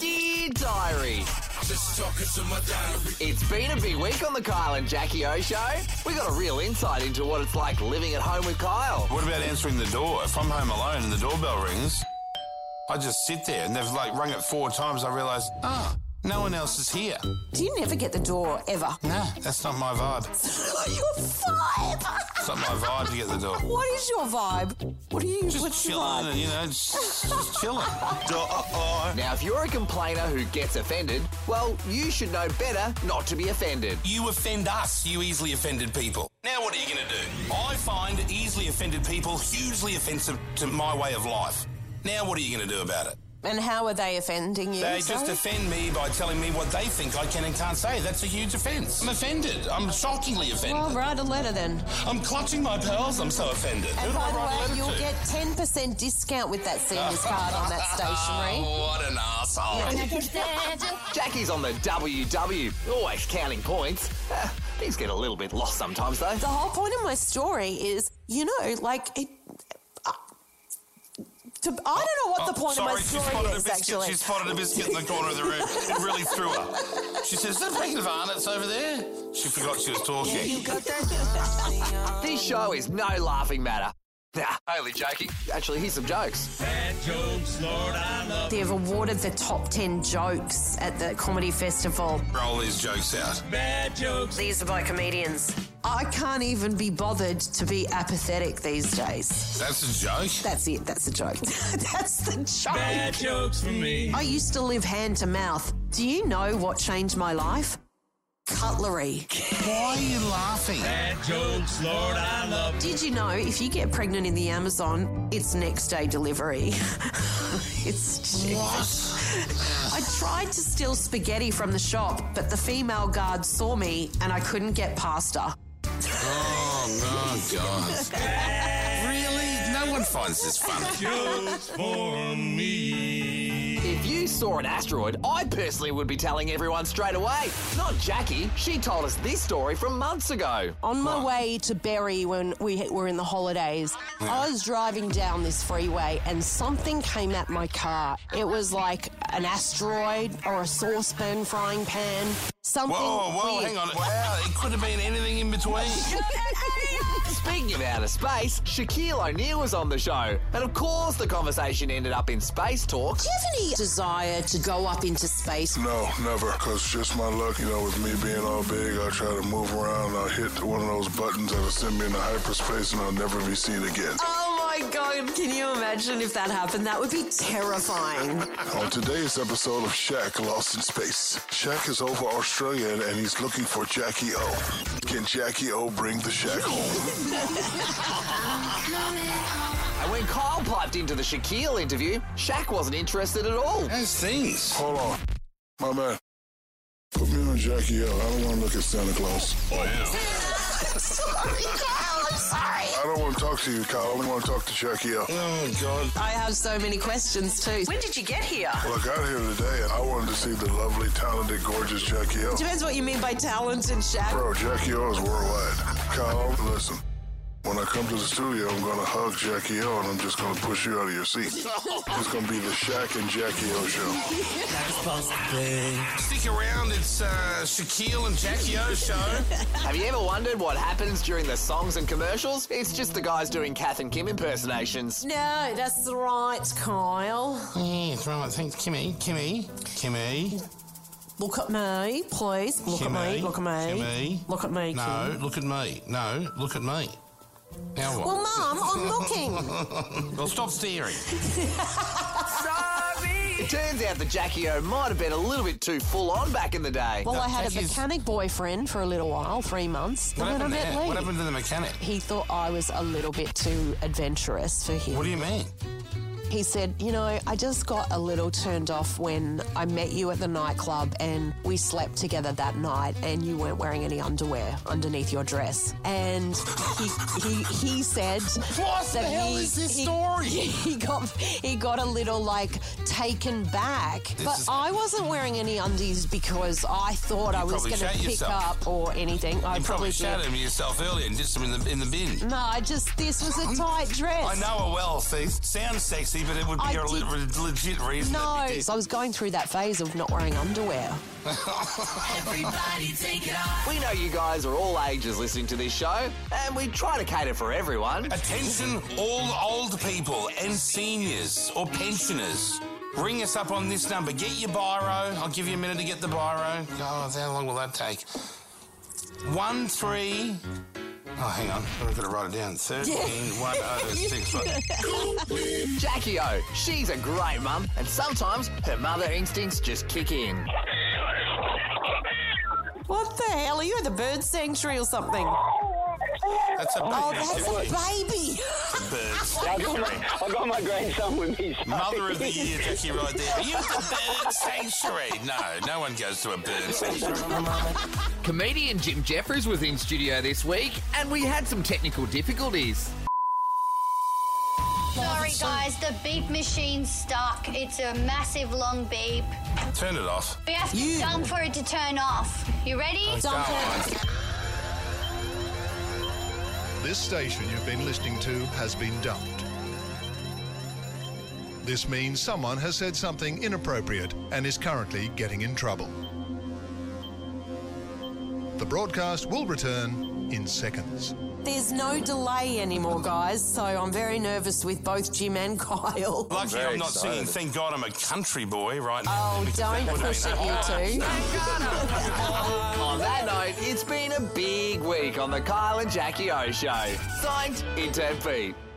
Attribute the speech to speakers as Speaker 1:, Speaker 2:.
Speaker 1: Your diary.
Speaker 2: Just talking to my diary.
Speaker 1: It's been a big week on the Kyle and Jackie O show. We got a real insight into what it's like living at home with Kyle.
Speaker 2: What about answering the door? If I'm home alone and the doorbell rings, I just sit there and they've like rung it four times. I realise, ah, no one else is here.
Speaker 3: Do you never get the door ever?
Speaker 2: No, that's not my vibe.
Speaker 3: Your vibe.
Speaker 2: It's not my vibe to get the door.
Speaker 3: What is your vibe? What do you?
Speaker 2: Just
Speaker 3: what's your
Speaker 2: chilling,
Speaker 3: vibe?
Speaker 2: and, you know, just, just chilling.
Speaker 1: Now, if you're a complainer who gets offended, well, you should know better not to be offended.
Speaker 2: You offend us, you easily offended people. Now, what are you going to do? I find easily offended people hugely offensive to my way of life. Now, what are you going to do about it?
Speaker 3: And how are they offending you?
Speaker 2: They just
Speaker 3: sorry?
Speaker 2: offend me by telling me what they think I can and can't say. That's a huge offence. I'm offended. I'm shockingly offended.
Speaker 3: well, write a letter then.
Speaker 2: I'm clutching my pearls. I'm so offended. Who
Speaker 3: And
Speaker 2: do I
Speaker 3: by
Speaker 2: write a
Speaker 3: the
Speaker 2: letter
Speaker 3: way, you'll
Speaker 2: to?
Speaker 3: get 10% discount with that senior's card on that stationery.
Speaker 2: Oh, what an asshole!
Speaker 1: Jackie's on the WW, always counting points. Ah, Things get a little bit lost sometimes, though.
Speaker 3: The whole point of my story is, you know, like it. uh, To, I don't know what the point
Speaker 2: Oh, Sorry,
Speaker 3: of my
Speaker 2: she
Speaker 3: story
Speaker 2: spotted a
Speaker 3: is
Speaker 2: biscuit.
Speaker 3: actually.
Speaker 2: She spotted a biscuit in the corner of the room. It really threw her. She says, "That packet of Arnott's over there." She forgot she was talking.
Speaker 1: This show is no laughing matter. Nah, only joking. Actually, here's some jokes.
Speaker 3: They've awarded the top 10 jokes at the comedy festival.
Speaker 2: Roll these jokes out.
Speaker 3: These are by comedians. I can't even be bothered to be apathetic these days.
Speaker 2: That's a joke.
Speaker 3: That's it. That's a joke. that's the joke. Bad jokes for me. I used to live hand to mouth. Do you know what changed my life? Cutlery.
Speaker 2: Why are you laughing?
Speaker 3: Did you know if you get pregnant in the Amazon, it's next day delivery? it's
Speaker 2: What?
Speaker 3: I tried to steal spaghetti from the shop, but the female guard saw me and I couldn't get pasta.
Speaker 2: Oh my god! really? No one finds this funny.
Speaker 1: If you saw an asteroid, I personally would be telling everyone straight away. Not Jackie. She told us this story from months ago.
Speaker 3: On my way to Berry when we were in the holidays, I was driving down this freeway and something came at my car. It was like an asteroid or a saucepan frying pan. Something.
Speaker 2: Whoa, whoa!
Speaker 3: weird.
Speaker 2: Hang on. Wow! It could have been anything in between.
Speaker 1: Speaking of outer space, Shaquille O'Neal was on the show. And of course, the conversation ended up in space talk.
Speaker 3: Do you have any desire to go up into space?
Speaker 4: No, never. Cause just my luck, you know, with me being all big, I try to move around. I hit one of those buttons that'll send me into hyperspace, and I'll never be seen again.
Speaker 3: Oh my god, can you imagine if that happened? That would be terrifying.
Speaker 4: On today's episode of Shaq Lost in Space, Shaq is over Australia and he's looking for Jackie O. Can Jackie O bring the Shaq home?
Speaker 1: And when Kyle piped into the Shaquille interview, Shaq wasn't interested at all.
Speaker 2: Those things.
Speaker 4: Hold on, my man. Put me on Jackie O. I don't want to look at Santa Claus.
Speaker 3: sorry, Kyle, I'm sorry.
Speaker 4: I don't want to talk to you, Kyle. I want to talk to Jackie O.
Speaker 2: Oh god.
Speaker 3: I have so many questions too. When did you get here?
Speaker 4: Well, I got here today and I wanted to see the lovely, talented, gorgeous Jackie O.
Speaker 3: Depends what you mean by talented, Shaq.
Speaker 4: Bro, Jackie O is worldwide. Kyle, listen. When I come to the studio, I'm gonna hug Jackie O and I'm just gonna push you out of your seat. It's gonna be the Shaq and Jackie O show.
Speaker 2: Stick around, it's uh, Shaquille and Jackie O show.
Speaker 1: Have you ever wondered what happens during the songs and commercials? It's just the guys doing Kath and Kim impersonations.
Speaker 3: No, that's right, Kyle.
Speaker 2: yeah, that's right. Mm, Thanks, Kimmy. Kimmy. Kimmy.
Speaker 3: Look at me, please. Look at me.
Speaker 2: Kimmy.
Speaker 3: Look at me.
Speaker 2: Kimmy.
Speaker 3: Look at me.
Speaker 2: No, look at me. No, look at me. Now what?
Speaker 3: Kim. Well, Mum, I'm looking.
Speaker 2: Well, stop staring.
Speaker 1: It turns out that Jackie O might have been a little bit too full on back in the day.
Speaker 3: Well, I had a
Speaker 2: Jack is-
Speaker 3: mechanic boyfriend for a little while, three months,
Speaker 2: What
Speaker 3: and then I
Speaker 2: happened
Speaker 3: met
Speaker 2: there?
Speaker 3: Lee.
Speaker 2: What happened to the mechanic?
Speaker 3: He thought I was a little bit too adventurous for him.
Speaker 2: What do you mean?
Speaker 3: He said, You know, I just got a little turned off when I met you at the nightclub and we slept together that night and you weren't wearing any underwear underneath your dress. And he he, he said
Speaker 2: What the
Speaker 3: that
Speaker 2: hell
Speaker 3: he-
Speaker 2: is this
Speaker 3: he-
Speaker 2: story?
Speaker 3: He got he got a little like taken back. but
Speaker 2: is-
Speaker 3: I wasn't wearing any undies because I thought I was
Speaker 2: probably
Speaker 3: gonna
Speaker 2: shat
Speaker 3: pick
Speaker 2: yourself.
Speaker 3: up or anything. I
Speaker 2: You probably
Speaker 3: probably,
Speaker 2: shouted
Speaker 3: did.
Speaker 2: him yourself earlier
Speaker 3: Mm.
Speaker 2: and did some in the in the bin.
Speaker 3: No, I just this was a tight dress.
Speaker 2: I know her well. See, sounds sexy, See, but it would
Speaker 3: I
Speaker 2: be a
Speaker 3: did-
Speaker 2: le- legit reason.
Speaker 3: No,
Speaker 2: that you did.
Speaker 3: so I was going through that phase of not wearing underwear.
Speaker 5: Everybody take it off.
Speaker 1: We know you guys are all ages listening to this show, and we try to cater for everyone.
Speaker 2: Attention, all old people and seniors or pensioners. Ring us up on this number. Get your biro. I'll give you a minute to get the biro. God, how long will that take? One, three. Oh, hang on. I've got to write it down. oh 13, 106.
Speaker 1: Jackie O, she's a great mum, and sometimes her mother instincts just kick in.
Speaker 6: What the hell? Are you at the bird sanctuary or something?
Speaker 2: That's a
Speaker 6: Oh,
Speaker 2: big
Speaker 6: that's
Speaker 2: activity.
Speaker 6: a baby.
Speaker 2: Birds.
Speaker 7: I got, my, I got my grandson with me. so-
Speaker 2: Mother of the year, Jackie, right there. Are you at the bird sanctuary? No, no one goes to a bird sanctuary.
Speaker 8: Comedian Jim Jeffries was in studio this week, and we had some technical difficulties.
Speaker 9: Sorry, guys, the beep machine's stuck. It's a massive long beep.
Speaker 2: Turn it off.
Speaker 9: We have to
Speaker 6: You-
Speaker 9: dump for it to turn off. You ready?
Speaker 6: Dump
Speaker 2: Go
Speaker 6: it.
Speaker 2: on.
Speaker 10: This station you've been listening to has been dumped. This means someone has said something inappropriate and is currently getting in trouble. The broadcast will return in seconds.
Speaker 6: There's no delay anymore, guys, so I'm very nervous with both Jim and Kyle.
Speaker 2: Lucky I'm, not singing Thank God I'm a Country Boy right now.
Speaker 6: Oh,
Speaker 2: because that
Speaker 6: don't
Speaker 2: would've
Speaker 6: push
Speaker 2: been-
Speaker 6: it, you two.
Speaker 1: On that note, it's been a big week on the Kyle and Jackie O show. Signed, Intern Pete.